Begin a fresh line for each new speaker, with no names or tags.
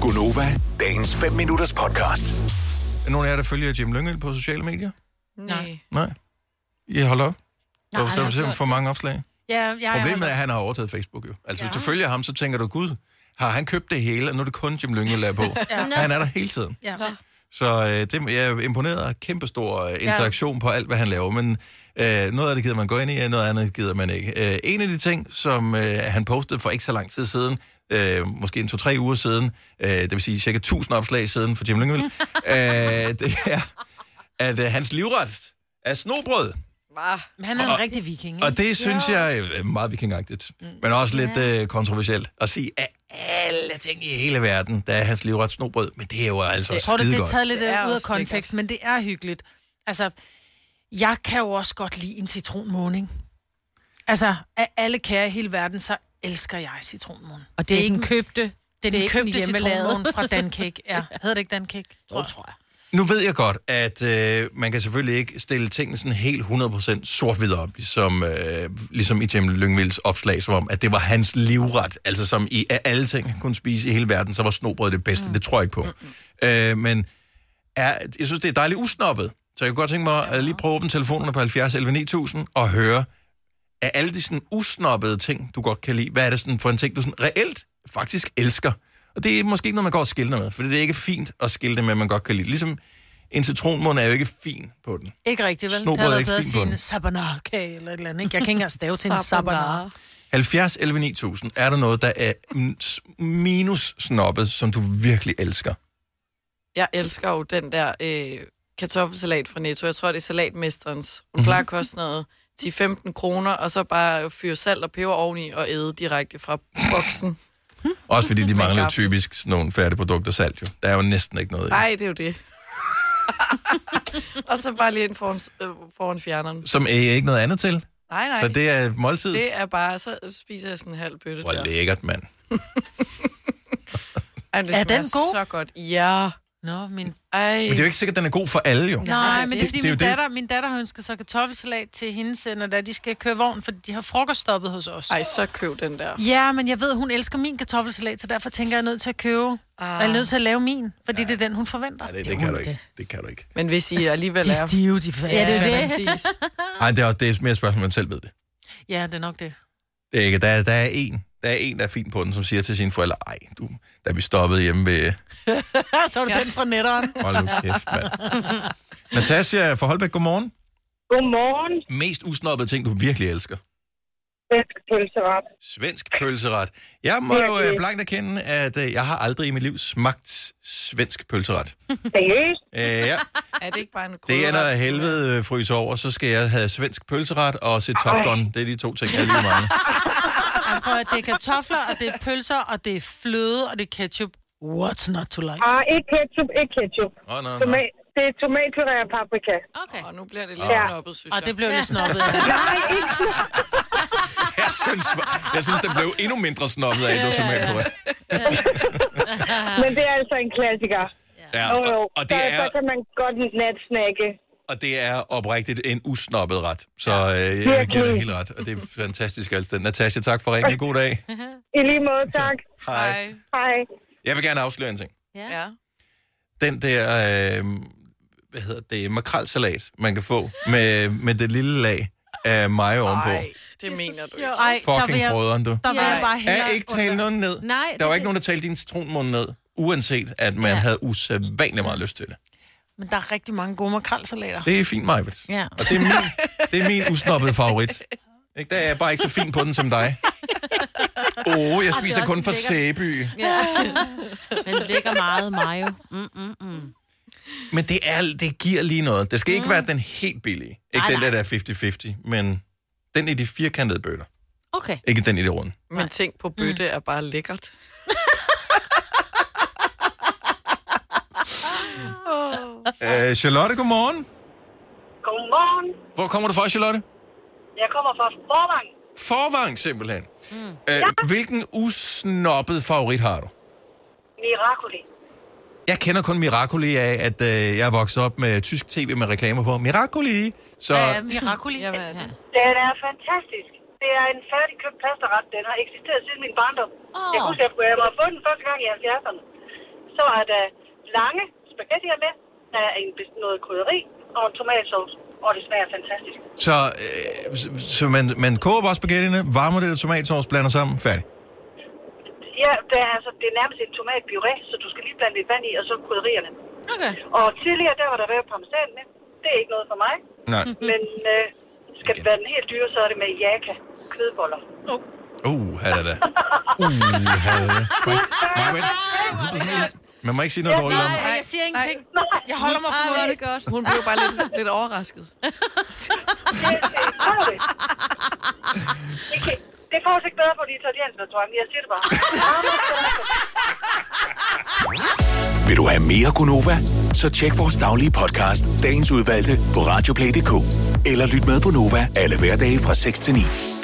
Gunova, dagens 5 minutters podcast.
Er der nogen af jer, der følger Jim Lyngøl på sociale medier?
Nej.
Nej. I holder op? Der
Nej,
var
han har
simpelthen
gjort
for mange opslag.
Ja, jeg- jeg
Problemet er,
holder-
at han har overtaget Facebook jo. Altså, hvis
Ja.
du følger ham, så tænker du, gud, har han købt det hele, og nu er det kun Jim Lyngøl, der er på. Han er der hele tiden.
Ja.
Så øh, det, jeg er imponeret af kæmpestor øh, interaktion på alt, hvad han laver. Men øh, noget af det gider man gå ind i, og noget andet gider man ikke. Øh, en af de ting, som øh, han postede for ikke så lang tid siden, øh, måske en to-tre uger siden, øh, det vil sige cirka 1000 opslag siden for Jim Lyngvild, øh, det er, at øh, hans livret er snobrød.
Men han er en rigtig viking, ikke?
Og det synes jeg er øh, meget vikingagtigt, men også lidt øh, kontroversielt at sige, at alle ting i hele verden, der er hans livret snobrød, men det er jo altså
Jeg tror, det, det er
skidegodt.
taget lidt øh,
Det er
ud af
også
kontekst, men det er hyggeligt. Altså, jeg kan jo også godt lide en citronmåning. Altså, af alle kære i hele verden, så elsker jeg citronmånen.
Og det er ikke en købte.
Det er den
ikke den
købte
hjemmelavede.
citronmåne fra Dancake. Ja, hedder det ikke Dancake?
Jo, tror jeg.
Nu ved jeg godt, at øh, man kan selvfølgelig ikke stille tingene sådan helt 100% sort-hvid op, ligesom, øh, ligesom i Jim Lyngvilds opslag, som om, at det var hans livret, altså som i af alle ting, han kunne spise i hele verden, så var snobrød det bedste. Mm. Det tror jeg ikke på. Mm. Øh, men er, jeg synes, det er dejligt usnoppet, så jeg kunne godt tænke mig at lige prøve at åbne telefonerne på 70 11 9000 og høre, af alle de sådan usnoppede ting, du godt kan lide, hvad er det sådan for en ting, du sådan reelt faktisk elsker? Og det er måske ikke noget, man går og skiller med, for det er ikke fint at skille det med, man godt kan lide. Ligesom en citronmund er jo ikke fin på den.
Ikke rigtigt, vel?
Snobrød
det
er
havde været
ikke
bedre at
fint
sige
på den.
en sabanarkage eller et eller andet, ikke? Jeg kan ikke engang stave til en sabanar.
Sabanar.
70 11 9000, er der noget, der er mm, s- minus snobbet, som du virkelig elsker?
Jeg elsker jo den der øh, kartoffelsalat fra Netto. Jeg tror, det er salatmesterens. Hun plejer at koste noget 10-15 kroner, og så bare fyre salt og peber oveni og æde direkte fra boksen.
Også fordi de mangler jo
gaffel.
typisk sådan nogle færdigprodukter salt jo. Der er jo næsten ikke noget i.
Nej, det er jo det. og så bare lige ind foran, øh, foran fjerneren.
Som er ikke noget andet til.
Nej, nej.
Så det er måltid.
det er bare, så spiser jeg sådan en halv bøtte
Hvor
der.
lækkert, mand.
Ej, det
Er den
smager
god?
så godt. Ja.
Nå, min
Ej.
Men det er jo ikke sikkert, at den er god for alle jo.
Nej,
det-
men det er fordi
det er jo
min,
det.
datter, min datter har ønsket sig kartoffelsalat til hendes, øh, når da de skal køre vogn, for de har frokoststoppet hos os.
Ej, så køb den der.
Ja, men jeg ved, hun elsker min kartoffelsalat, så derfor tænker jeg, jeg er nødt til at købe. Ah. Og jeg er nødt til at lave min, fordi ja. det er den, hun forventer.
Nej, det, det, kan du ikke. Det kan du ikke.
Men hvis I alligevel
De er
er...
stive, de færdige.
Ja,
Ja, det er det.
Præcis.
Nej, det er også det er mere et spørgsmål, man selv ved det.
Ja, det er nok det.
Det er ikke, der, er- der er en, der er en, der er fin på den, som siger til sine forældre, ej, du, da vi stoppede hjemme ved,
Ja, så er du ja. den fra netteren.
hold nu kæft, mand. Natasha fra Holbæk, godmorgen.
Godmorgen, Øh,
Mest usnoppede ting, du virkelig elsker.
svensk pølseret.
Svensk pølseret. Jeg må jo øh,
Virkelig.
blankt erkende, at øh, jeg har aldrig i mit liv smagt svensk pølseret.
Seriøst?
Øh, ja,
Er det ikke bare en
det er
krydderret?
når helvede øh, fryser over, så skal jeg have svensk pølseret og se Top
Ej.
Gun. Det er de to ting, jeg lige mangler.
Ej, prøv at, det er kartofler, og det er pølser, og det er fløde, og det er ketchup. What's not to like?
Ah, ikke ketchup, ikke ketchup.
Åh, oh, nej, nej.
Tomat, det er tomatpuré og paprika.
Ah.
Okay. Og nu bliver det lidt ja. snobbet, synes
Og
jeg.
det blev lidt snobbet.
Nej, ikke.
Jeg synes, jeg synes, det blev endnu mindre snobbet af, at det var tomat på.
Men det er altså en klassiker.
Ja,
Jo, jo.
og, og, det
så, så
er,
kan man godt natsnakke.
og det er oprigtigt en usnoppet ret. Så øh, jeg
Virkelig.
giver dig helt ret, og det er fantastisk altid. Natasha, tak for ringen. God dag.
I lige måde, tak.
Hej.
Hej.
Jeg vil gerne afsløre en ting.
Ja.
Den der, øh, hvad hedder det, makrelsalat, man kan få med, med det lille lag af mayo ovenpå.
Nej, det mener du ikke.
Ej, der vil
Fucking
jeg,
frøderen, du.
der vil jeg bare
Er
hellere...
ikke tale nogen ned.
Nej,
Der
det
var
er
ikke nogen, der talte din citronmund ned, uanset at man havde usædvanligt meget lyst til det.
Men der er rigtig mange gode makrelsalater.
Det er fint, Majbets.
Ja.
Og det er min, det er min usnoppede favorit. Ikke? Der er jeg bare ikke så fin på den som dig. Åh, oh, jeg spiser
også
kun fra
lækkert.
Sæby.
Ja. Men lækker meget mayo. Mm, mm, mm.
Men det, er, det giver lige noget. Det skal ikke være den helt billige. Ikke
Nej,
den der,
nej.
der er 50-50, men den i de firkantede bøtter.
Okay.
Ikke den i det runde.
Men tænk på, bøtte er bare lækkert.
Øh, Charlotte, godmorgen.
Godmorgen.
Hvor kommer du fra, Charlotte?
Jeg kommer fra Forvang.
Forvang, simpelthen. Mm. Øh, Hvilken usnoppet favorit har du?
Miracoli.
Jeg kender kun Miracoli af, at øh, jeg er vokset op med tysk tv med reklamer på. Miracoli! Så
Ja, ja, miracoli.
Ja, hvad er det?
Den er fantastisk. Det er en færdigkøbt pastaret. Den har eksisteret siden min barndom.
Åh.
Jeg kunne huske, at jeg må have fået den første gang i 70'erne.
så er der lange spaghettier med. Der er en, bes- noget krydderi og en tomatsauce. Og det smager fantastisk.
Så, øh, så- så man, man koger bare spaghettiene, varmer det og tomatsovs, blander sammen, færdig.
Ja, det er, altså, det er nærmest en tomatpuré, så du skal lige blande lidt vand i, og så krydderierne.
Okay.
Og tidligere, der var der været parmesan med. Det er ikke noget for mig.
Nej.
Men øh, skal det være den helt dyre, så er det med jaka, kødboller.
Uh, her er det. Uh, her er det. Man må ikke sige noget dårligt om.
Nej, jeg siger ingenting.
Nej,
Jeg holder mig for
Ej, hvor er
munden.
det godt.
Hun blev bare lidt, lidt overrasket.
prøv det. Det, kan, det får os ikke bedre på de italienske restauranter. Jeg siger det bare.
Vil du have mere Gunova? Så tjek vores daglige podcast, dagens udvalgte, på radioplay.dk. Eller lyt med på Nova alle hverdage fra 6 til 9.